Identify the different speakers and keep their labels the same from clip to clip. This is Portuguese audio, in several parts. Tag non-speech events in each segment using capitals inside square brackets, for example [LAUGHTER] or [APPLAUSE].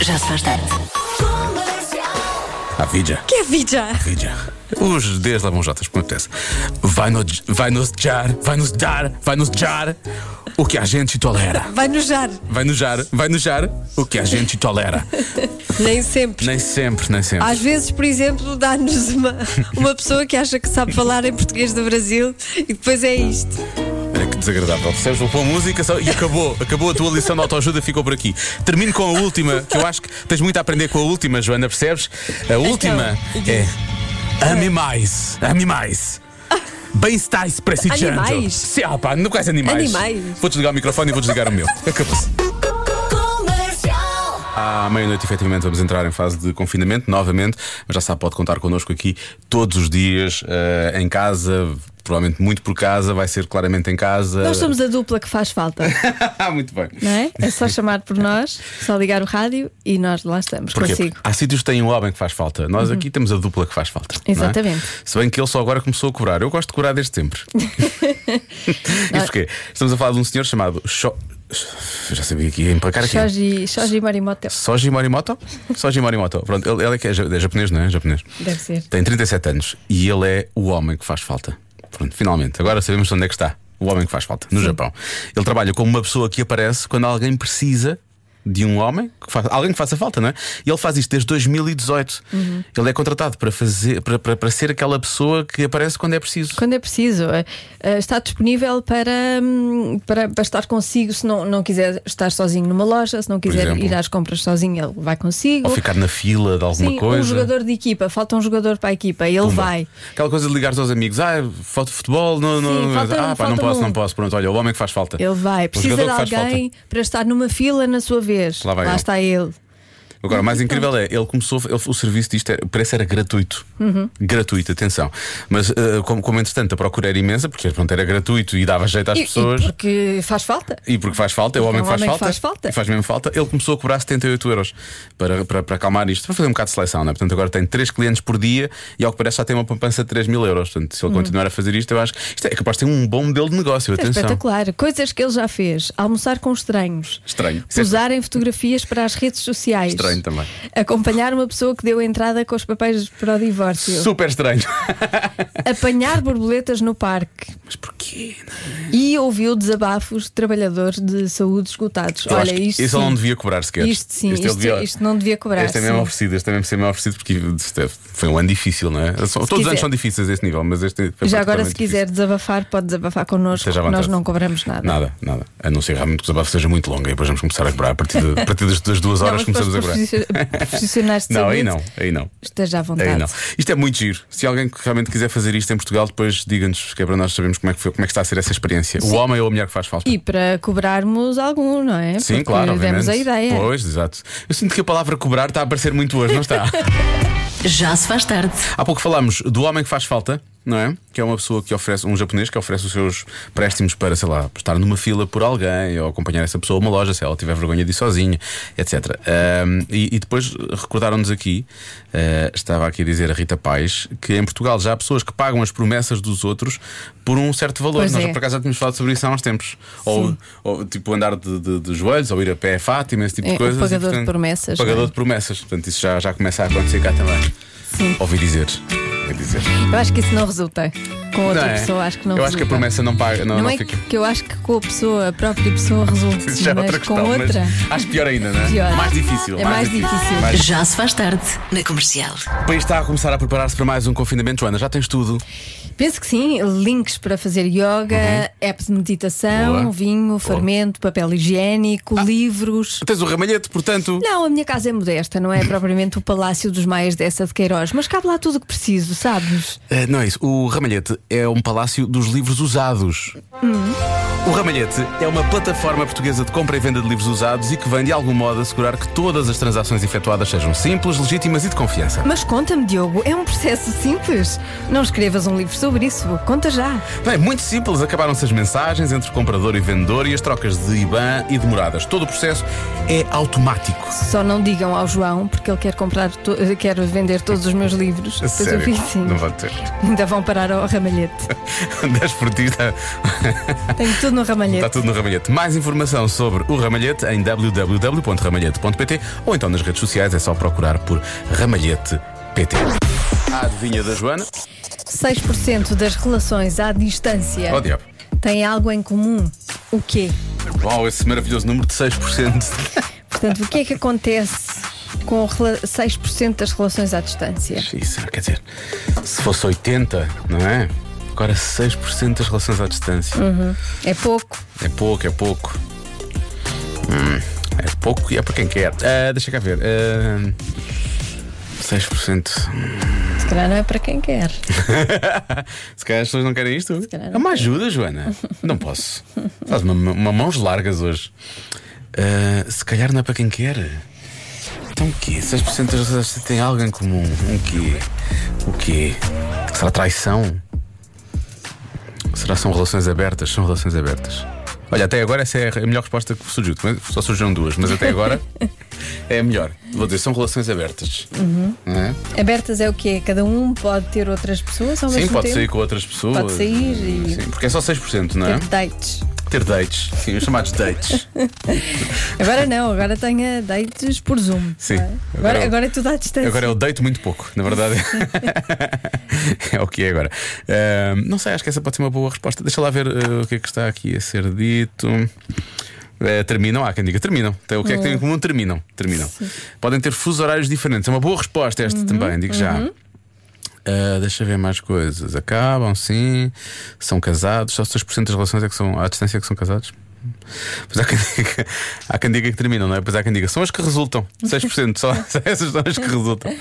Speaker 1: Já se faz tarde.
Speaker 2: A vida.
Speaker 3: Que é vida?
Speaker 2: Vida. Os Ds lá vão Jotas, como é acontece. Vai, no, vai nos jar, vai nos dar, vai nos jar o que a gente tolera.
Speaker 3: Vai nojar.
Speaker 2: Vai nos jar, vai nos jar o que a gente tolera.
Speaker 3: Nem sempre.
Speaker 2: Nem sempre, nem sempre.
Speaker 3: Às vezes, por exemplo, dá-nos uma, uma pessoa que acha que sabe falar em português do Brasil e depois é isto.
Speaker 2: Olha que desagradável. Percebes? Vou pôr música só- e acabou. Acabou a tua lição de autoajuda, ficou por aqui. Termino com a última, que eu acho que tens muito a aprender com a última, Joana, percebes? A última é. Ame mais. Ame mais. Bem-estais para si,
Speaker 3: Animais?
Speaker 2: Sim, ah, pá, não quais animais.
Speaker 3: Animais.
Speaker 2: Vou desligar o microfone e vou desligar o meu. Acabou-se. À meia-noite, efetivamente, vamos entrar em fase de confinamento novamente, mas já sabe, pode contar connosco aqui todos os dias, eh, em casa, provavelmente muito por casa, vai ser claramente em casa.
Speaker 4: Nós somos a dupla que faz falta,
Speaker 2: Ah, [LAUGHS] muito bem.
Speaker 4: não é? É só chamar por nós, só ligar o rádio e nós lá estamos
Speaker 2: Porquê?
Speaker 4: consigo. Uhum.
Speaker 2: Porque Há sítios que têm um homem que faz falta. Nós aqui temos a dupla que faz falta. não é?
Speaker 4: Exatamente.
Speaker 2: Se bem que ele só agora começou a cobrar. Eu gosto de cobrar desde
Speaker 4: [LAUGHS]
Speaker 2: sempre. e porquê? Estamos a falar de um senhor chamado. Sho- Eu já sabia que ia empacar aqui.
Speaker 4: Shoji, Shoji Morimoto.
Speaker 2: Soji Morimoto? Soji Morimoto. Pronto, ele, ele é, que é ja- é japonês, não é? Japonês.
Speaker 4: Deve ser.
Speaker 2: Tem 37 anos e ele é o homem que faz falta. Pronto, finalmente. Agora sabemos onde é que está. O homem que faz falta, no Japão. Ele trabalha como uma pessoa que aparece quando alguém precisa de um homem, que fa- alguém que faça falta, não é? E ele faz isto desde 2018.
Speaker 4: Uhum.
Speaker 2: Ele é contratado para, fazer, para, para, para ser aquela pessoa que aparece quando é preciso.
Speaker 4: Quando é preciso, eh, eh, está disponível para, hum, para, para estar consigo se não, não quiser estar sozinho numa loja, se não quiser
Speaker 2: exemplo.
Speaker 4: ir às compras sozinho, ele vai consigo.
Speaker 2: Ou ficar na fila de alguma
Speaker 4: Sim,
Speaker 2: coisa.
Speaker 4: um jogador de equipa, falta um jogador para a equipa, ele
Speaker 2: Pumba.
Speaker 4: vai.
Speaker 2: Aquela coisa de ligares aos amigos, ah, falta futebol, não, não,
Speaker 4: falta um,
Speaker 2: ah, pá, não
Speaker 4: falta
Speaker 2: posso,
Speaker 4: um.
Speaker 2: não posso. Pronto, olha, o homem que faz falta.
Speaker 4: Ele vai.
Speaker 2: O
Speaker 4: Precisa de
Speaker 2: jogador que faz
Speaker 4: alguém para estar numa fila na sua vez.
Speaker 2: Lá vai ele.
Speaker 4: está ele.
Speaker 2: Agora, o
Speaker 4: Uhum.
Speaker 2: mais incrível é, ele começou, ele- o serviço disto, era- o preço era gratuito.
Speaker 4: Uhum.
Speaker 2: Gratuito, atenção. Mas eh, como, como entretanto a procura era imensa, porque pronto, era gratuito e dava jeito às
Speaker 4: E- e
Speaker 2: pessoas.
Speaker 4: porque faz falta.
Speaker 2: E porque faz falta, é o homem,
Speaker 4: É um
Speaker 2: que, faz
Speaker 4: homem que
Speaker 2: falta,
Speaker 4: faz falta.
Speaker 2: E faz mesmo falta. Ele começou a cobrar 78 euros para, para, para acalmar isto, para fazer um bocado de seleção, não é? Portanto, agora tem 3 clientes por dia e, ao que parece, já tem uma poupança de 3 mil euros. Portanto, se ele continuar a fazer isto, eu acho que isto é capaz de ter um bom modelo de negócio.
Speaker 4: Hum. É
Speaker 2: Atenção.
Speaker 4: espetacular. Coisas que ele já fez: almoçar com estranhos,
Speaker 2: Estranho.
Speaker 4: usarem fotografias para as redes sociais,
Speaker 2: é Estranho também.
Speaker 4: acompanhar uma pessoa que deu entrada com os papéis para o divórcio,
Speaker 2: Super
Speaker 4: [LAUGHS]
Speaker 2: estranho.
Speaker 4: apanhar borboletas no parque
Speaker 2: Mas porquê? né?
Speaker 4: e ouviu desabafos de trabalhadores de saúde esgotados.
Speaker 2: Eu
Speaker 4: Olha,
Speaker 2: acho que
Speaker 4: isto.
Speaker 2: Isso é um ele
Speaker 4: sim.
Speaker 2: não devia cobrar sequer.
Speaker 4: Isto sim,
Speaker 2: Este ele
Speaker 4: isto,
Speaker 2: devia-
Speaker 4: isto não devia cobrar.
Speaker 2: Este é mesmo
Speaker 4: sim.
Speaker 2: oferecido, este é mesmo ser mesmo oferecido porque isto é- foi um ano difícil, não é? São- todos os
Speaker 4: quiser.
Speaker 2: anos são difíceis a esse nível, mas este foi
Speaker 4: Já agora,
Speaker 2: particularmente
Speaker 4: se quiser
Speaker 2: é difícil.
Speaker 4: desabafar, pode desabafar connosco.
Speaker 2: Esteja à
Speaker 4: Nós
Speaker 2: vontade.
Speaker 4: não cobramos nada.
Speaker 2: Nada, nada. A não ser realmente que o desabafo seja muito longo e depois vamos começar a cobrar. A partir, de- a partir das, das duas
Speaker 4: Não,
Speaker 2: horas
Speaker 4: mas para os
Speaker 2: começamos a cobrar.
Speaker 4: profissio-
Speaker 2: [LAUGHS]
Speaker 4: profissionais de
Speaker 2: Não,
Speaker 4: saúde,
Speaker 2: aí não, aí não.
Speaker 4: esteja à vontade.
Speaker 2: Aí não. Isto é muito giro. Se alguém que realmente quiser fazer isto em Portugal, depois diga-nos que é para nós sabermos como é que, foi- como é que está a ser essa experiência. O homem ou a mulher que faz falta.
Speaker 4: E para cobrarmos algum, não é?
Speaker 2: Sim,
Speaker 4: Porque
Speaker 2: claro, obviamente.
Speaker 4: demos a ideia.
Speaker 2: Pois, exato. Eu sinto que a palavra cobrar está a aparecer muito hoje, não
Speaker 4: [LAUGHS]
Speaker 2: está?
Speaker 1: Já se faz tarde.
Speaker 2: Há pouco falámos do homem que faz falta, não é? Que é uma pessoa que oferece, um japonês que oferece os seus préstimos para, sei lá, estar numa fila por alguém ou acompanhar essa pessoa a uma loja, se ela tiver vergonha de ir sozinha, etc. Ahm, e, e depois recordaram-nos aqui, ah, estava aqui a dizer a Rita Paz, que em Portugal já há pessoas que pagam as promessas dos outros por um certo valor.
Speaker 4: Pois
Speaker 2: Nós,
Speaker 4: é.
Speaker 2: por acaso, já tínhamos falado sobre isso há uns tempos. Ou, ou, tipo andar de, de- de joelhos, ou ir a pé a Fátima, esse tipo
Speaker 4: É,
Speaker 2: de
Speaker 4: o
Speaker 2: coisas. e,
Speaker 4: pagador de
Speaker 2: portanto,
Speaker 4: promessas,
Speaker 2: Pagador
Speaker 4: não é?
Speaker 2: de promessas. Portanto, isso já, já começa a acontecer cá também.
Speaker 4: Sim.
Speaker 2: Ouvi dizer. Ouvi dizer.
Speaker 4: Eu acho que isso não resulta. Com outra
Speaker 2: Não é?
Speaker 4: pessoa, acho que não
Speaker 2: Eu acho
Speaker 4: resulta.
Speaker 2: que a promessa não paga. Não,
Speaker 4: Não,
Speaker 2: não
Speaker 4: é
Speaker 2: fica.
Speaker 4: que eu acho que com a pessoa, a própria pessoa resulta,
Speaker 2: Isso [LAUGHS] já é
Speaker 4: mas
Speaker 2: outra questão.
Speaker 4: com outra.
Speaker 2: Mas acho pior ainda, não é?
Speaker 4: Pior.
Speaker 2: Mais difícil.
Speaker 4: É mais difícil.
Speaker 2: Mais-
Speaker 1: Já se faz tarde. Na comercial.
Speaker 2: O país está a começar a preparar-se para mais um confinamento, Joana. Já tens tudo.
Speaker 4: Penso que sim, links para fazer yoga, apps de meditação,
Speaker 2: Uhum. Boa. Ah.
Speaker 4: vinho, fermento, papel higiênico, livros.
Speaker 2: Tens o ramalhete, portanto.
Speaker 4: Não, a minha casa é
Speaker 2: [COUGHS]
Speaker 4: modesta, não é propriamente o Palácio dos Maias dessa de Queiroz, mas cabe lá tudo o que preciso, sabes?
Speaker 2: Eh, não é isso. O Ramalhete é um palácio dos livros usados. O Ramalhete é uma plataforma portuguesa de compra e venda de livros usados e que vem, de algum modo, assegurar que todas as transações efetuadas sejam simples, legítimas e de confiança.
Speaker 4: Mas conta-me, Diogo, é um processo simples. Não escrevas um livro sobre isso, conta já.
Speaker 2: Bem, muito simples, acabaram-se as mensagens entre comprador e vendedor e as trocas de IBAN e demoradas. Todo o processo é automático.
Speaker 4: Só não digam ao João, porque ele quer comprar, to- eh, quer vender todos os meus livros. Depois eu fiz assim.
Speaker 2: Não vou ter. [LAUGHS]
Speaker 4: Ainda vão parar ao ramalhete.
Speaker 2: Desportista. [LAUGHS]
Speaker 4: Tenho tudo no ramalhete.
Speaker 2: Está tudo no Ramalhete. Mais informação sobre o Ramalhete em www.ramalhete.pt ou então nas redes sociais é só procurar por Ramalhete PT. A adivinha da Joana?
Speaker 4: 6% das relações à distância
Speaker 2: Oh, diabo.
Speaker 4: têm algo em comum. O quê?
Speaker 2: Uau, esse maravilhoso número de 6%.
Speaker 4: Portanto, o que é que acontece com rela- 6% das relações à distância?
Speaker 2: Isso, quer dizer, se fosse 80, não é? Agora 6% das relações à distância.
Speaker 4: É pouco.
Speaker 2: É pouco, é pouco. Hum, é pouco e é para quem quer. Ah, deixa cá ver. Ah, 6%.
Speaker 4: Se calhar não é para quem quer.
Speaker 2: Se calhar as pessoas não querem isto.
Speaker 4: calhar não
Speaker 2: É uma ajuda,
Speaker 4: [LAUGHS]
Speaker 2: Joana. Não posso. Faz uma, uma mãos largas hoje. Ah, se calhar não é para quem quer. Então o quê? 6% das pessoas têm algo em comum. Um quê? O quê? Será traição? Será que são relações abertas? São relações abertas. Olha, até agora essa é a melhor resposta que surgiu. Também Só surgiram duas, mas até
Speaker 4: [LAUGHS]
Speaker 2: agora é a melhor. Vou dizer, são relações abertas.
Speaker 4: Uhum.
Speaker 2: Não é?
Speaker 4: Abertas é o quê? Cada um pode ter outras pessoas ao
Speaker 2: Sim,
Speaker 4: mesmo
Speaker 2: pode
Speaker 4: tempo?
Speaker 2: sair com outras pessoas.
Speaker 4: Pode sair e-
Speaker 2: Sim, porque é só 6%, não é?
Speaker 4: Ter dates.
Speaker 2: Ter dates. Sim, os chamados dates.
Speaker 4: Agora não, agora tenho dates por Zoom.
Speaker 2: Sim.
Speaker 4: não é? Agora,
Speaker 2: Agora-
Speaker 4: agora é tudo à distância.
Speaker 2: Agora eu deito muito pouco, na verdade. é o que é agora. Ahm, não sei, acho que essa pode ser uma boa resposta. Deixa lá ver ah, o que é que está aqui a ser dito. Eh, terminam, há quem diga terminam. Então, o que é que tem em comum? Terminam. terminam. Podem ter fusos horários diferentes. É uma boa resposta esta também, digo já. Ah, deixa ver mais coisas. Acabam, sim. São casados. Só 6% das relações é que são à distância que são casados. Pois há quem, diga, [LAUGHS] há quem diga que terminam, não é? Pois há quem diga, são as que resultam. 6%,
Speaker 4: [LAUGHS]
Speaker 2: só [LAUGHS] essas são as que resultam.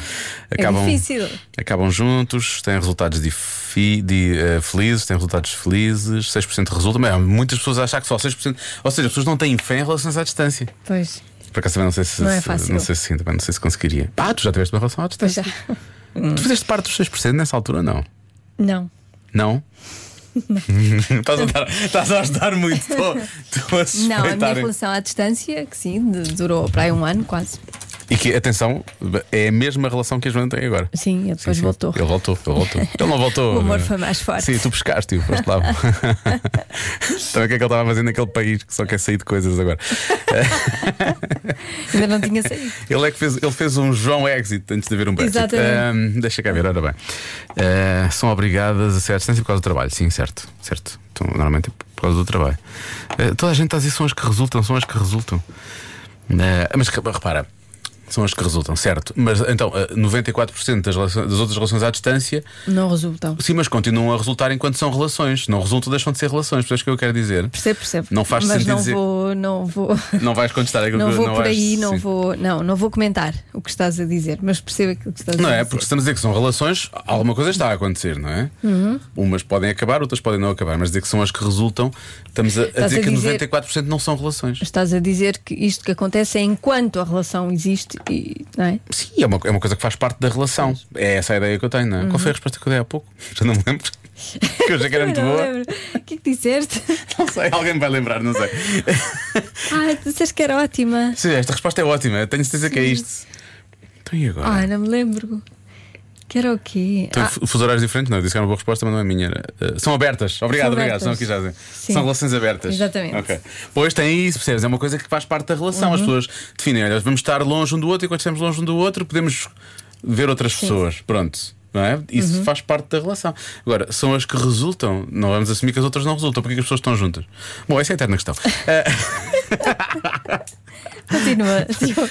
Speaker 2: Acabam,
Speaker 4: É difícil.
Speaker 2: Acabam juntos, têm resultados difi- de, eh, felizes, têm resultados felizes, 6% resultam. Mas há muitas pessoas a achar que só 6%. Ou seja, as pessoas não têm fé em relações à distância.
Speaker 4: Pois,
Speaker 2: Por acaso também não sei se.
Speaker 4: Não é
Speaker 2: se-
Speaker 4: fácil.
Speaker 2: Não sei se sim, também não sei se conseguiria. Ah, tu já tiveste uma relação à
Speaker 4: pois é.
Speaker 2: distância.
Speaker 4: já.
Speaker 2: Tu fizeste parte dos 6% nessa altura, não?
Speaker 4: [LAUGHS] Não.
Speaker 2: Não? [LAUGHS] estás, a dar, estás a ajudar muito. Estou, estou a
Speaker 4: Não, a minha
Speaker 2: suspeitar.
Speaker 4: relação à distância, que sim, de- durou para aí um ano quase.
Speaker 2: E que, atenção, é a mesma relação que a Joana tem agora.
Speaker 4: Sim, e depois
Speaker 2: Sim, sim.
Speaker 4: voltou.
Speaker 2: Ele voltou, ele voltou. Ele não voltou.
Speaker 4: [LAUGHS] O amor
Speaker 2: né?
Speaker 4: foi mais forte.
Speaker 2: Sim, tu pescaste-o, foste
Speaker 4: [LAUGHS]
Speaker 2: lá. Sabe o que é que ele estava fazendo naquele país que só quer sair de coisas agora?
Speaker 4: Ainda não tinha saído.
Speaker 2: Ele é que fez, ele fez um João Exit antes de haver um Brexit.
Speaker 4: Exatamente.
Speaker 2: Ahm, deixa cá ver, ora bem. Ah, são obrigadas a ser à distância por causa do trabalho, sim, certo. certo. Então, normalmente é por causa do trabalho. Ah, toda a gente está a dizer são as que resultam, são as que resultam. Ah, mas re- repara, são as que resultam, certo. Mas então, ah, 94% das, relações- das outras relações à distância
Speaker 4: Não resultam.
Speaker 2: Sim, mas continuam a resultar enquanto são relações. Não resultam, deixam de ser relações. Percebes o que eu quero dizer?
Speaker 4: Percebo, percebo.
Speaker 2: Não faz
Speaker 4: Mas
Speaker 2: sentido
Speaker 4: não
Speaker 2: dizer-
Speaker 4: vou, não vou.
Speaker 2: [LAUGHS] Não vais contestar aquilo
Speaker 4: Não
Speaker 2: que
Speaker 4: vou
Speaker 2: não
Speaker 4: por
Speaker 2: vais-
Speaker 4: aí, não
Speaker 2: Sim.
Speaker 4: vou, não, não vou comentar o que estás a dizer, mas percebo aquilo que estás
Speaker 2: Não
Speaker 4: a dizer.
Speaker 2: é? Porque se estamos a dizer que são relações, alguma coisa está a acontecer, não é?
Speaker 4: Uhum.
Speaker 2: Umas podem acabar, outras podem não acabar, mas dizer que são as que resultam, estamos a, a
Speaker 4: Estás
Speaker 2: dizer
Speaker 4: a
Speaker 2: que
Speaker 4: dizer-
Speaker 2: 94% não são relações.
Speaker 4: Estás a dizer que isto que acontece é enquanto a relação existe e não é?
Speaker 2: Sim, é uma, é uma coisa que faz parte da relação. É essa a ideia que eu tenho, não é? Qual foi a resposta que eu dei há pouco? [LAUGHS] Já não me lembro. que eu já que era
Speaker 4: [LAUGHS]
Speaker 2: muito
Speaker 4: Uhum. Não
Speaker 2: boa.
Speaker 4: lembro. O que é que
Speaker 2: [LAUGHS]
Speaker 4: disseste?
Speaker 2: Não sei, alguém vai lembrar, não sei.
Speaker 4: Ah, disseste que era ótima.
Speaker 2: Sim, esta resposta é ótima, eu tenho certeza que é isto. Então e agora?
Speaker 4: Ah, não me lembro. Que era o quê?
Speaker 2: Tem
Speaker 4: Ah,
Speaker 2: fu- fuso horários diferentes? Não, eu disse que era uma boa resposta, mas não é minha. Era, eh, são abertas. Obrigado, obrigado.
Speaker 4: São abertas.
Speaker 2: São aqui já dizem.
Speaker 4: Sim.
Speaker 2: São relações abertas.
Speaker 4: Exatamente. Uhum.
Speaker 2: Ok. Pois tem isso, percebes? É uma coisa que faz parte da relação. As pessoas definem, olha, vamos estar longe um do outro e quando estamos longe um do outro podemos ver outras pessoas. Pronto. Não é?
Speaker 4: Uhum.
Speaker 2: Isso faz parte da relação. Agora, são as que resultam, não vamos assumir que as outras não resultam, porque é que as pessoas estão juntas. Bom, essa é a eterna
Speaker 4: [LAUGHS]
Speaker 2: questão. Eh,
Speaker 4: continua.
Speaker 2: [LAUGHS]
Speaker 4: Diogo.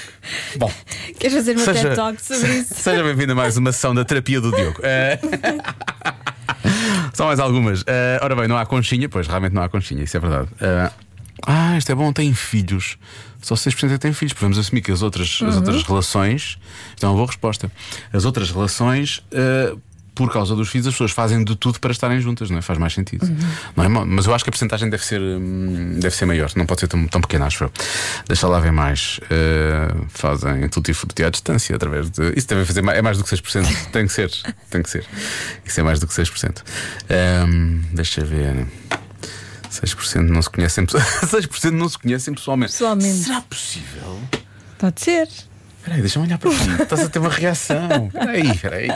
Speaker 2: bom,
Speaker 4: Queres fazer uma
Speaker 2: seja,
Speaker 4: TED Talk sobre
Speaker 2: [LAUGHS]
Speaker 4: isso?
Speaker 2: seja bem-vindo a mais uma sessão da terapia do Diogo. Eh, [LAUGHS] São mais algumas. Eh, ora bem, não há conchinha, pois realmente não há conchinha, isso é verdade. Eh, ah, isto é bom, tem filhos. Só 6% é que têm filhos. Podemos assumir que as outras, as outras relações. Isto é uma boa resposta. As outras relações. eh, por causa dos filhos, as pessoas fazem de tudo para estarem juntas, não é? Faz mais sentido. Não é mau, Mas eu acho que a porcentagem deve ser, hum, deve ser maior, não pode ser tão, tão pequena, acho eu. Deixa lá ver mais. Eh, fazem tudo e fruto à distância através de. Isso deve fazer mais, é mais do que 6%. tem que ser, tem que ser. Isso é mais do que 6%. Ahm, Hum, deixa ver. 6% não se conhecem pessoal- [LAUGHS] 6% não se conhecem pessoalmente.
Speaker 4: Pessoalmente.
Speaker 2: Será possível?
Speaker 4: Pode ser.
Speaker 2: Espera aí, deixa-me olhar para ti. Estás a ter uma reação. Espera aí, espera aí.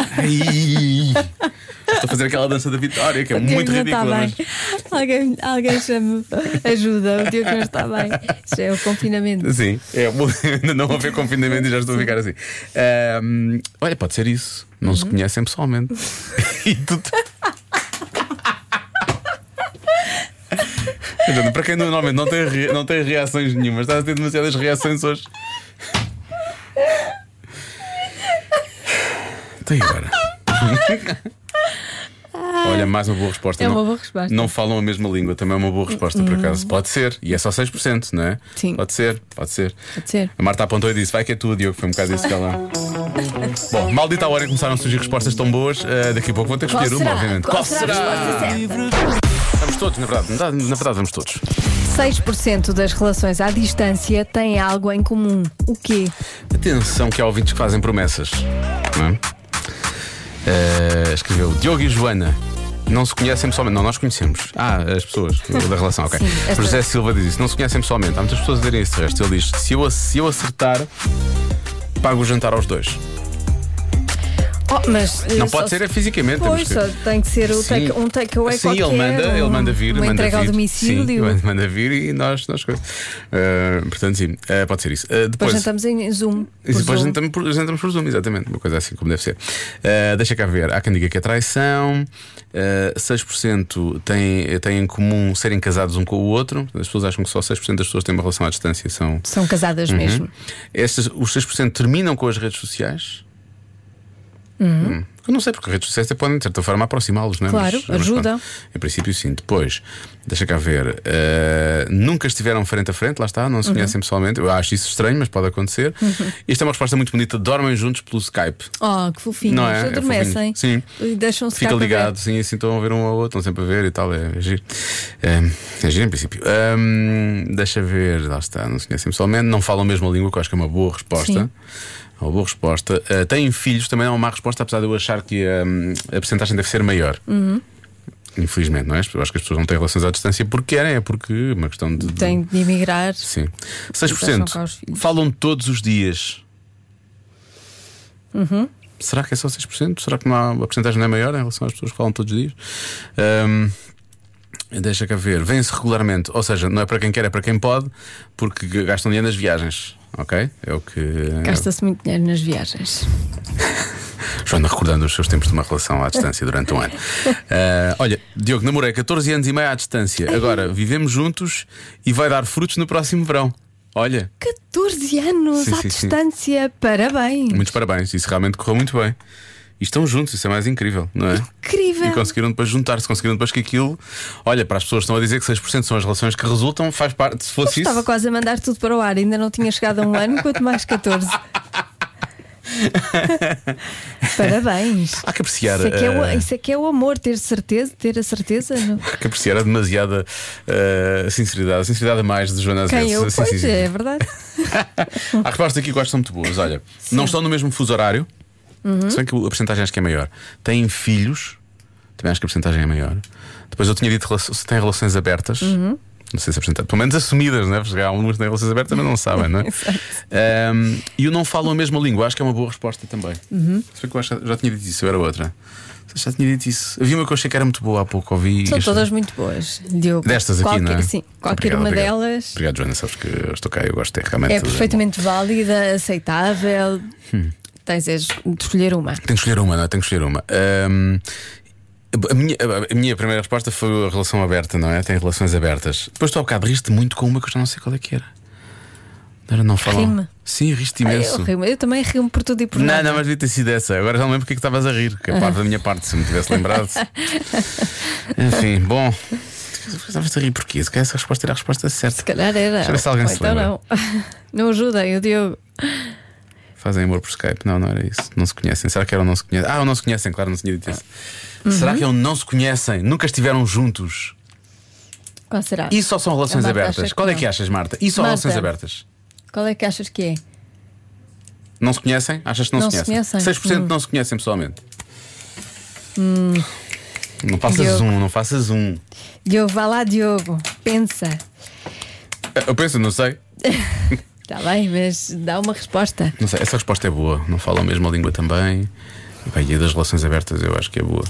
Speaker 2: Ai, estou a fazer aquela dança da vitória que é
Speaker 4: Diogo
Speaker 2: muito
Speaker 4: não
Speaker 2: ridícula.
Speaker 4: está
Speaker 2: mas-
Speaker 4: bem. Alguém, alguém chame ajuda, o Diogo não está bem. Isto é o confinamento.
Speaker 2: Sim, é, vou- [LAUGHS] ainda não haver confinamento e já estou a ficar assim. Ahm, olha, pode ser isso. Não se conhecem pessoalmente. Uhum. [LAUGHS] e tu. Portanto, Para quem normalmente não tem, re- não tem reações nenhumas, estás a ter demasiadas reações hoje. Então e [LAUGHS] agora? Olha, mais uma boa resposta.
Speaker 4: É uma
Speaker 2: Não-
Speaker 4: boa resposta. Hum.
Speaker 2: Não falam a mesma língua, também é uma boa resposta, por acaso. Pode ser, e é só 6%, não é?
Speaker 4: Sim.
Speaker 2: Pode ser, pode ser.
Speaker 4: Pode ser.
Speaker 2: A Marta apontou e disse: vai que é tu, Diogo, foi um bocado isso que ela.
Speaker 4: [LAUGHS]
Speaker 2: Bom, maldita a hora em que começaram a surgir respostas tão boas, eh, daqui a pouco vou ter que
Speaker 4: Qual
Speaker 2: escolher uma,
Speaker 4: será?
Speaker 2: obviamente.
Speaker 4: Qual será a resposta certa?
Speaker 2: Vamos todos, na verdade, na verdade, na verdade vamos todos.
Speaker 4: 6% das relações à distância têm algo em comum. O quê?
Speaker 2: Atenção que há ouvintes que fazem promessas. Não é? Eh, escreveu Diogo e Joana. Não se conhecem pessoalmente. Não, nós conhecemos. Ah, as pessoas da relação, ok.
Speaker 4: [LAUGHS] Sim, esta-
Speaker 2: José Silva diz isso. Não se conhecem pessoalmente. Há muitas pessoas a dizerem isso. de resto, ele diz: se eu, se eu acertar, pago o jantar aos dois.
Speaker 4: Oh, mas, eh,
Speaker 2: Não
Speaker 4: só
Speaker 2: pode
Speaker 4: se-
Speaker 2: ser é fisicamente. temos
Speaker 4: Pois,
Speaker 2: que-
Speaker 4: só tem que ser o
Speaker 2: Sim.
Speaker 4: take, um takeaway
Speaker 2: Sim,
Speaker 4: qualquer.
Speaker 2: ele manda, ele
Speaker 4: um-
Speaker 2: manda vir,
Speaker 4: Uma
Speaker 2: manda
Speaker 4: entrega ao
Speaker 2: vir. Sim,
Speaker 4: domicílio.
Speaker 2: manda- [LAUGHS] manda vir e nós, nós coisa. Eh, portanto, sim, eh, pode ser isso. Eh,
Speaker 4: Depois
Speaker 2: depois,
Speaker 4: jantamos em Zoom.
Speaker 2: E
Speaker 4: por
Speaker 2: depois
Speaker 4: Zoom.
Speaker 2: jantamos por, jantamos por Zoom, exatamente, uma coisa assim como deve ser. Ah, deixa cá ver, há quem diga que é traição, ah, 6% têm tem em comum serem casados um com o outro, as pessoas acham que só 6% das pessoas têm uma relação à distância e são.
Speaker 4: São
Speaker 2: Uhum.
Speaker 4: casadas mesmo.
Speaker 2: Estes, os 6% terminam com as redes sociais? Hum. Eu não sei, porque as redes sociais até podem, de certa forma, aproximá-los, não é?
Speaker 4: Uhum. Claro, ajuda.
Speaker 2: pronto, em princípio, sim. Depois, deixa cá ver. eh, nunca estiveram frente a frente, lá está,
Speaker 4: Uhum.
Speaker 2: não se conhecem pessoalmente. Eu acho isso estranho, mas pode acontecer. Isto é uma resposta muito bonita. Dormem juntos pelo Skype.
Speaker 4: Oh, que fofinhos.
Speaker 2: Não é? É
Speaker 4: Adormecem.
Speaker 2: fofinho.
Speaker 4: E deixam-se
Speaker 2: Fica
Speaker 4: cá para
Speaker 2: ligado,
Speaker 4: ver.
Speaker 2: sim, assim estão a ver um ao outro, estão sempre a ver e tal. É, é giro. Eh, é giro, em princípio. Ahm, deixa ver, lá está, não se conhecem pessoalmente. Não falam a mesma língua, que eu acho que é uma boa resposta.
Speaker 4: Sim.
Speaker 2: É Uma boa resposta. Eh, têm filhos, também é uma má resposta, apesar de eu achar que ahm, a porcentagem deve ser maior.
Speaker 4: Uhum.
Speaker 2: Infelizmente, não é? Eu acho que as pessoas não têm relações à distância porque querem, é porque é uma questão de. de-
Speaker 4: Tem de emigrar.
Speaker 2: Sim.
Speaker 4: Deixam cá os
Speaker 2: 6%
Speaker 4: filhos.
Speaker 2: falam todos os dias.
Speaker 4: Uhum.
Speaker 2: Será que é só 6%? Será que não há, a porcentagem não é maior em relação às pessoas que falam todos os dias? Ahm, deixa cá ver. Vêm-se regularmente. Ou seja, não é para quem quer, é para quem pode, porque gastam dinheiro nas viagens. Ok? É o que.
Speaker 4: Gasta-se muito dinheiro nas viagens.
Speaker 2: Joana eh, recordando os seus tempos de uma relação à distância durante
Speaker 4: [LAUGHS]
Speaker 2: um ano. Ah, olha, Diogo, namorei 14 anos e meio à distância. Agora vivemos juntos e vai dar frutos no próximo verão. Olha,
Speaker 4: 14 anos
Speaker 2: Sim,
Speaker 4: à
Speaker 2: sim, sim.
Speaker 4: distância. Parabéns.
Speaker 2: muitos parabéns. Isso realmente correu muito bem. E estão juntos, isso é mais incrível, não é? E
Speaker 4: Incrível.
Speaker 2: conseguiram depois juntar-se, conseguiram depois que aquilo. Olha, para as pessoas que estão a dizer que 6% são as relações que resultam, faz parte. Se fosse
Speaker 4: Estava
Speaker 2: isso.
Speaker 4: quase a mandar tudo para o ar, ainda não tinha chegado a um ano, quanto mais 14.
Speaker 2: [LAUGHS]
Speaker 4: Parabéns.
Speaker 2: Há que apreciar.
Speaker 4: Isso é que é, o,
Speaker 2: ah,
Speaker 4: isso é que é o amor, ter certeza, ter a certeza. não?
Speaker 2: Há que apreciar a demasiada ah, sinceridade. A sinceridade a mais de Joana
Speaker 4: Quem
Speaker 2: Azevedo.
Speaker 4: eu?
Speaker 2: Sim, sim,
Speaker 4: Pois
Speaker 2: sim.
Speaker 4: é, verdade.
Speaker 2: Há respostas aqui que eu acho que são muito boas. Olha, não estão no mesmo fuso horário,
Speaker 4: Uhum.
Speaker 2: se bem que a porcentagem acho que é maior. Têm filhos, também acho que a porcentagem é maior. Depois eu tinha dito rela- se têm relações abertas.
Speaker 4: Uhum.
Speaker 2: Não sei se a porcentagem, pelo menos assumidas, né? Porque há algumas que têm relações abertas, mas não sabem,
Speaker 4: [LAUGHS]
Speaker 2: não é? Ahm, e o não falam a mesma língua, acho que é uma boa resposta também.
Speaker 4: Uhum.
Speaker 2: Se bem que eu acho que já tinha dito isso, eu era outra. Já tinha dito isso. Havia uma que eu achei que era muito boa há pouco, ouvi.
Speaker 4: São
Speaker 2: este-
Speaker 4: todas muito boas, Diogo.
Speaker 2: Destas aqui,
Speaker 4: qualquer,
Speaker 2: não é?
Speaker 4: Sim, qualquer
Speaker 2: Obrigado,
Speaker 4: uma
Speaker 2: obrigado.
Speaker 4: delas
Speaker 2: Obrigado, Joana, sabes que eu estou cá e eu gosto de ter realmente.
Speaker 4: é perfeitamente válida, aceitável.
Speaker 2: Hum.
Speaker 4: Tens és de escolher uma.
Speaker 2: Tenho que escolher uma, não é? Tenho que escolher uma. Ahm, a, minha, a minha primeira resposta foi a relação aberta, não é? Tem relações abertas. Depois tu há bocado riste muito com uma que eu já não sei qual é que era. Era não falar.
Speaker 4: Rime.
Speaker 2: Sim, riste
Speaker 4: Ah,
Speaker 2: imenso.
Speaker 4: Eu, rimo. Eu também rimo por tudo e por
Speaker 2: não,
Speaker 4: nada.
Speaker 2: não, mas devia ter sido essa. Agora já não lembro porque é que estavas a rir, que é parte da minha parte, se me tivesse
Speaker 4: [LAUGHS]
Speaker 2: lembrado. Enfim, bom. Estavas a rir porquê? Se calhar essa resposta era a resposta certa.
Speaker 4: Se calhar era.
Speaker 2: Deixa eu ver se alguém
Speaker 4: Ou
Speaker 2: se
Speaker 4: então
Speaker 2: lembra.
Speaker 4: não. [LAUGHS] Não ajudem, o Diogo.
Speaker 2: Fazem amor por Skype. Não, não era isso. Não se conhecem. Será que era o não se conhecem? Ah, o não se conhecem, claro, não se tinha dito isso.
Speaker 4: Ah.
Speaker 2: Será
Speaker 4: Uhum.
Speaker 2: que é o não se conhecem? Nunca estiveram juntos?
Speaker 4: Qual será?
Speaker 2: E só são relações
Speaker 4: A Marta
Speaker 2: abertas.
Speaker 4: acha que
Speaker 2: Qual é
Speaker 4: não.
Speaker 2: que achas, Marta? E só
Speaker 4: Marta.
Speaker 2: relações abertas.
Speaker 4: Qual é que achas que é?
Speaker 2: Não se conhecem? Achas que não,
Speaker 4: Não
Speaker 2: se
Speaker 4: se
Speaker 2: conhecem? Hum.
Speaker 4: conhecem.
Speaker 2: 6% não se conhecem pessoalmente. Hum. Não faças
Speaker 4: Diogo.
Speaker 2: um, não faças um.
Speaker 4: Diogo, vá lá, Diogo. Pensa.
Speaker 2: Eu penso, não sei.
Speaker 4: Está Tá bem, mas dá uma resposta.
Speaker 2: Não sei. Essa resposta é boa. Não falam a mesma língua também. Pá, e a das relações abertas eu acho que é boa.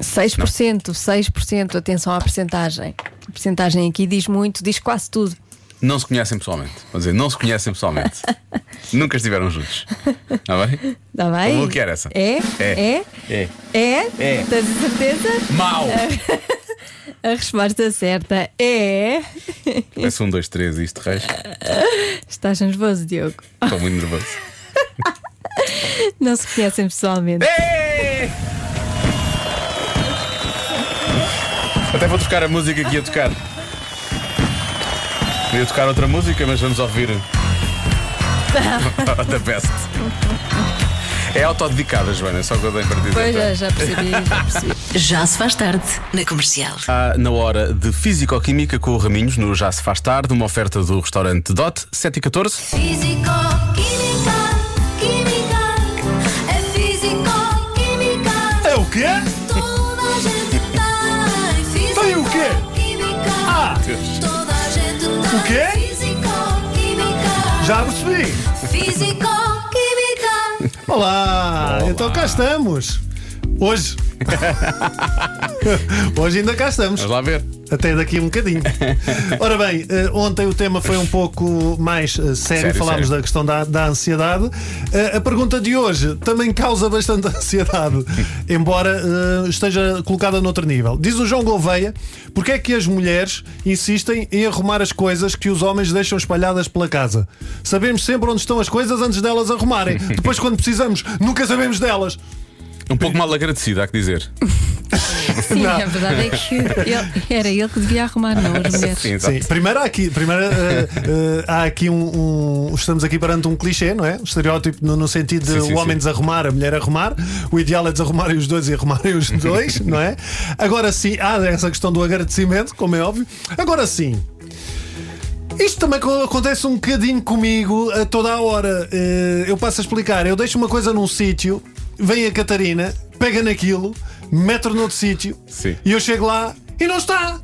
Speaker 4: 6%, 6%, atenção à percentagem. A percentagem aqui diz muito, diz quase tudo.
Speaker 2: Não se conhecem pessoalmente. Vou dizer, não se conhecem [LAUGHS] pessoalmente. Nunca estiveram juntos. Está bem?
Speaker 4: Está Tá bem?
Speaker 2: Vou bloquear essa.
Speaker 4: É?
Speaker 2: É.
Speaker 4: É?
Speaker 2: É.
Speaker 4: É?
Speaker 2: É.
Speaker 4: Tens a certeza?
Speaker 2: Mau!
Speaker 4: A resposta certa é.
Speaker 2: Parece um, dois, três e isto reis.
Speaker 4: Estás nervoso, Diogo.
Speaker 2: Estou muito nervoso.
Speaker 4: Não se conhecem pessoalmente.
Speaker 2: É! Até vou trocar a música que ia tocar. Queria tocar outra música, mas vamos ouvir. da peste. É autodedicada, Joana, só que eu dei para dizer.
Speaker 4: Pois é. já, já percebi, já percebi.
Speaker 1: Já se faz tarde na comercial.
Speaker 2: Está na hora de Físico-Química com o Raminhos, no Já Se Faz Tarde, uma oferta do restaurante DOT, 7 e 14.
Speaker 5: Físico, química, química, é físico, química.
Speaker 6: É o quê?
Speaker 5: Toda a gente tem físico,
Speaker 6: Tem Então o quê?
Speaker 5: química.
Speaker 6: Ah!
Speaker 5: Toda a gente tem
Speaker 6: O quê?
Speaker 5: físico, química.
Speaker 6: Já percebi.
Speaker 5: Físico, química.
Speaker 6: Olá, então cá estamos. [LAUGHS] Hoje. Hoje ainda cá estamos.
Speaker 2: Vamos lá ver.
Speaker 6: Até daqui um
Speaker 2: [LAUGHS]
Speaker 6: bocadinho. Ora bem, eh, ontem o tema foi um pouco mais eh, sério.
Speaker 2: Sério,
Speaker 6: Falámos
Speaker 2: sério.
Speaker 6: da questão da, da ansiedade. Eh, a pergunta de hoje também causa bastante [LAUGHS] ansiedade, embora eh, esteja colocada noutro nível. Diz o João Gouveia: porque é que as mulheres insistem em arrumar as coisas que os homens deixam espalhadas pela casa? Sabemos sempre onde estão as coisas antes delas arrumarem.
Speaker 2: [LAUGHS]
Speaker 6: Depois, quando precisamos, nunca sabemos delas.
Speaker 2: Um pouco mal agradecido, há que dizer.
Speaker 4: Sim, a verdade é que ele- era ele que devia arrumar, não as mulheres.
Speaker 2: exato.
Speaker 6: Sim, primeiro há aqui, primeiro, eh, eh, há aqui um, um- Estamos aqui perante um clichê, não é? Um estereótipo no, no sentido de
Speaker 2: Sim, sim,
Speaker 6: o homem
Speaker 2: sim.
Speaker 6: desarrumar, a mulher arrumar. O ideal é desarrumarem os dois e
Speaker 2: [LAUGHS]
Speaker 6: arrumarem os dois, não é? Agora sim, há essa questão do agradecimento, como é óbvio. Agora sim. Isto também co- acontece um bocadinho comigo a toda a hora. Eh, Eu passo a explicar. Eu deixo uma coisa num sítio, vem a Catarina, pega naquilo, mete-o noutro sítio
Speaker 2: Sim.
Speaker 6: e eu chego lá e não está!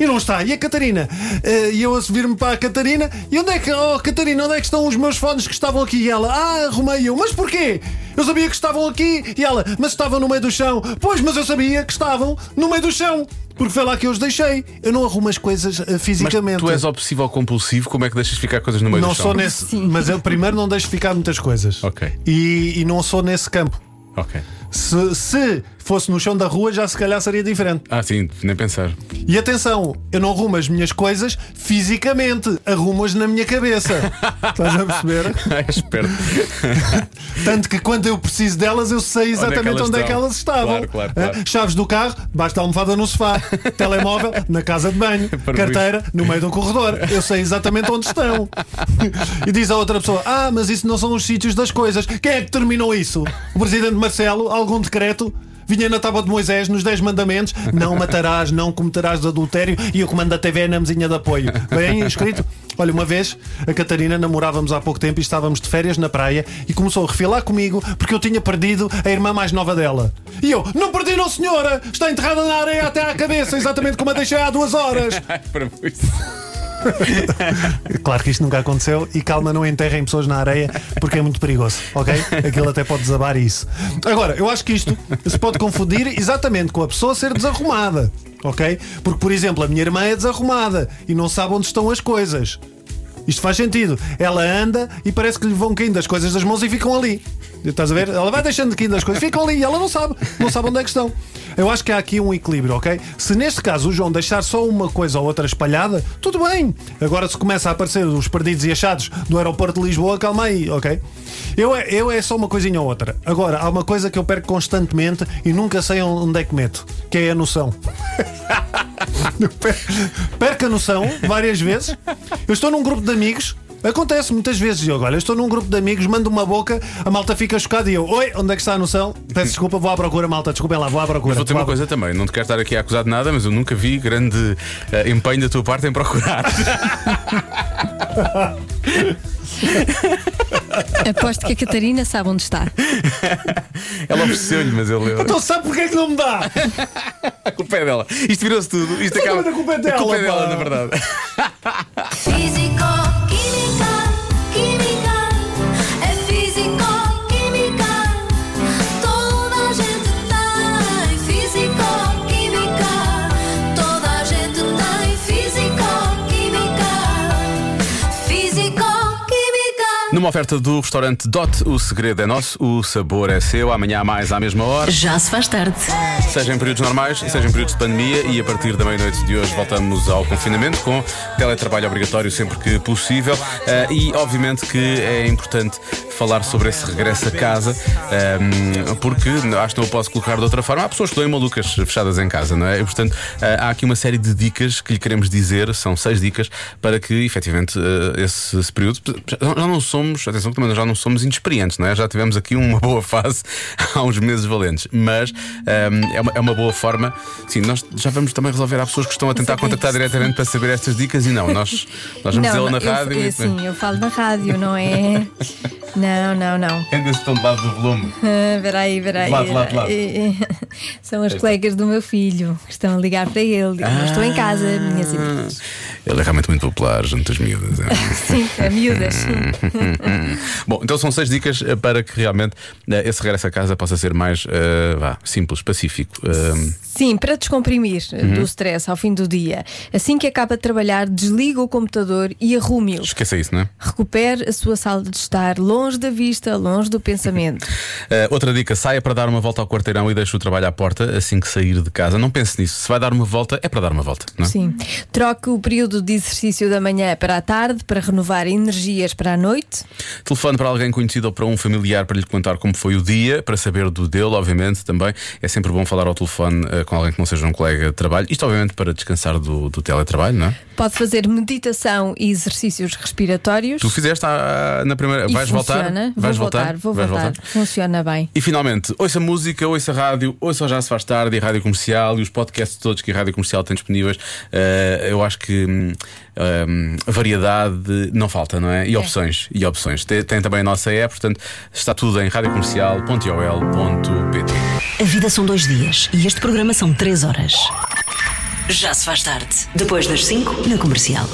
Speaker 6: E não está. E a Catarina? Eh, E eu a vir-me para a Catarina. E onde é que, oh Catarina, onde é que estão os meus fones que estavam aqui? E ela, ah, arrumei eu. Mas porquê? Eu sabia que estavam aqui. E ela, mas estavam no meio do chão. Pois, mas eu sabia que estavam no meio do chão. Porque foi lá que eu os deixei. Eu não arrumo as coisas eh,
Speaker 2: Mas
Speaker 6: fisicamente.
Speaker 2: tu és obsessivo ou compulsivo, como é que deixas ficar coisas no meio
Speaker 6: Não
Speaker 2: do chão?
Speaker 6: sou nesse. Mas eu primeiro não deixo ficar muitas coisas.
Speaker 2: Ok.
Speaker 6: E, e não sou nesse campo.
Speaker 2: Ok.
Speaker 6: Se, se fosse no chão da rua, já se calhar seria diferente.
Speaker 2: Ah, sim, nem pensar. [LAUGHS]
Speaker 6: E atenção, eu não arrumo as minhas coisas fisicamente, arrumo-as na
Speaker 2: [LAUGHS]
Speaker 6: minha cabeça. Estás a perceber?
Speaker 2: É esperto.
Speaker 6: Tanto que quando eu preciso delas, eu sei exatamente
Speaker 2: elas
Speaker 6: onde é que,
Speaker 2: estão.
Speaker 6: elas estavam.
Speaker 2: Claro, claro, claro.
Speaker 6: Ah, Chaves do carro, basta a almofada
Speaker 2: [LAUGHS]
Speaker 6: no sofá. Telemóvel, na casa de banho.
Speaker 2: Para
Speaker 6: Carteira, no meio do corredor. Eu sei exatamente onde estão. E diz a outra pessoa: Ah, mas isso não são os sítios das coisas. Quem é que terminou isso? O presidente Marcelo? Algum decreto? Vinha na tábua de Moisés, nos 10 mandamentos: Não matarás, não cometerás adultério e o comando da TV é na mesinha de apoio. Bem escrito. Olha, uma vez a Catarina namorávamos há pouco tempo e estávamos de férias na praia e começou a refilar comigo porque eu tinha perdido a irmã mais nova dela. E eu, não perdi, não senhora! Está enterrada na areia até à cabeça, exatamente como a deixei há duas horas!
Speaker 2: Ai, para
Speaker 6: Claro que isto nunca aconteceu e calma, não enterrem pessoas na areia porque é muito perigoso, ok? Aquilo até pode desabar isso. Agora, eu acho que isto se pode confundir exatamente com a pessoa ser desarrumada, ok? Porque, por exemplo, a minha irmã é desarrumada e não sabe onde estão as coisas. Isto faz sentido. Ela anda e parece que lhe vão caindo as coisas das mãos e ficam ali. Estás a ver? Ela vai deixando de caindo as coisas, ficam ali e ela não sabe. Não sabe onde é que estão. Eu acho que há aqui um equilíbrio, ok? Se neste caso o João deixar só uma coisa ou outra espalhada, tudo bem. Agora se começa a aparecer os perdidos e achados do aeroporto de Lisboa, calma aí, ok? Eu é, eu é só uma coisinha ou outra. Agora, há uma coisa que eu perco constantemente e nunca sei onde é que meto, que é a noção. [LAUGHS] Perco a noção várias vezes. Eu estou num grupo de amigos. Acontece muitas vezes, Diogo. Olha, eu estou num grupo de amigos, mando uma boca, a malta fica chocada e eu, oi, onde é que está a noção? Peço desculpa, vou à procura, malta, desculpem lá, vou à procura.
Speaker 2: Vou
Speaker 6: Então,
Speaker 2: ter uma
Speaker 6: Vou à-
Speaker 2: coisa também, não te quero estar aqui a acusar de nada, mas eu nunca vi grande eh, empenho da tua parte em procurar. [LAUGHS]
Speaker 4: Aposto que a Catarina sabe onde está.
Speaker 2: Ela ofereceu-lhe, mas ele leu.
Speaker 6: Então sabe porquê é que não me dá?
Speaker 2: A culpa é dela. Isto virou-se tudo. Isto acaba.
Speaker 6: Então também a culpa é dela,
Speaker 2: A culpa é dela,
Speaker 6: pá.
Speaker 2: na verdade.
Speaker 5: Físico, química, química, é físico, química. Toda tá tá
Speaker 2: Uma oferta do restaurante Dot. O segredo é nosso, o sabor é seu. Amanhã, há mais à mesma hora.
Speaker 1: Já se faz tarde.
Speaker 2: Seja em períodos normais, seja em períodos de pandemia, e a partir da meia-noite de hoje voltamos ao confinamento com teletrabalho obrigatório sempre que possível. Eh, e obviamente que é importante falar sobre esse regresso a casa, ehm, porque acho que não o posso colocar de outra forma. Há pessoas que estão em malucas fechadas em casa, não é? E portanto, eh, há aqui uma série de dicas que lhe queremos dizer, são seis dicas, para que efetivamente eh, esse, esse período. Já, já não somos, atenção que também já não somos inexperientes, não é? Já tivemos aqui uma [LAUGHS] boa fase há uns meses valentes, mas ehm, é, uma, é uma boa forma. Sim, nós já vamos também resolver. Há pessoas que estão a tentar contactar diretamente para saber estas dicas e não, nós, nós vamos dizê-lo na
Speaker 4: eu,
Speaker 2: rádio.
Speaker 4: eu-
Speaker 2: e-
Speaker 4: sim, eu falo na rádio, não é? não, não, não.
Speaker 2: Ainda estão do lado do
Speaker 4: [LAUGHS]
Speaker 2: volume.
Speaker 4: Ah, Peraí, peraí.
Speaker 2: lado, de lado, de lado.
Speaker 4: Eh, eh, [LAUGHS] São os colegas do meu filho que estão a ligar para ele. Digo,
Speaker 2: Ah.
Speaker 4: não estou em casa, minha senhora.
Speaker 2: Ele é realmente muito popular junto às miúdas. é?
Speaker 4: Sim, a miúdas.
Speaker 2: Bom, então são seis dicas eh, para que realmente eh, esse regresso a casa possa ser mais eh, vá, simples, pacífico. eh,
Speaker 4: Sim, para descomprimir eh,
Speaker 2: Uhum.
Speaker 4: do stress ao fim do dia. Assim que acaba de trabalhar, desliga o computador e arrume-o.
Speaker 2: esqueça isso, não é?
Speaker 4: Recupere a sua sala de estar longe da vista, longe do pensamento.
Speaker 2: [LAUGHS] Eh, outra dica: saia para dar uma volta ao quarteirão e deixe o trabalho à porta assim que sair de casa. Não pense nisso. Se vai dar uma volta, é para dar uma volta, não é?
Speaker 4: Sim. Troque o período de exercício da manhã para a tarde para renovar energias para a noite.
Speaker 2: Telefone para alguém conhecido ou para um familiar para lhe contar como foi o dia, para saber do dele, obviamente, também. É sempre bom falar ao telefone eh, com alguém que não seja um colega de trabalho. Isto, obviamente, para descansar do, do teletrabalho, não é?
Speaker 4: Pode fazer meditação e exercícios respiratórios.
Speaker 2: Tu fizeste ah, ah, na primeira.
Speaker 4: E
Speaker 2: vais
Speaker 4: funciona.
Speaker 2: voltar? Vais
Speaker 4: vou
Speaker 2: voltar?
Speaker 4: Vou
Speaker 2: Vais
Speaker 4: voltar. Funciona bem.
Speaker 2: E finalmente, ouça música, ouça rádio, ouça o Já Se Faz Tarde e a Rádio Comercial e os podcasts todos que a Rádio Comercial tem disponíveis. Eh, eu acho que hum, hum, a variedade não falta, não é? E opções. E opções. Tem, tem também a nossa app, portanto, está tudo em radiocomercial.ol.pt.
Speaker 1: A vida são dois dias e este programa são três horas. Já se faz tarde. Depois das cinco, na comercial.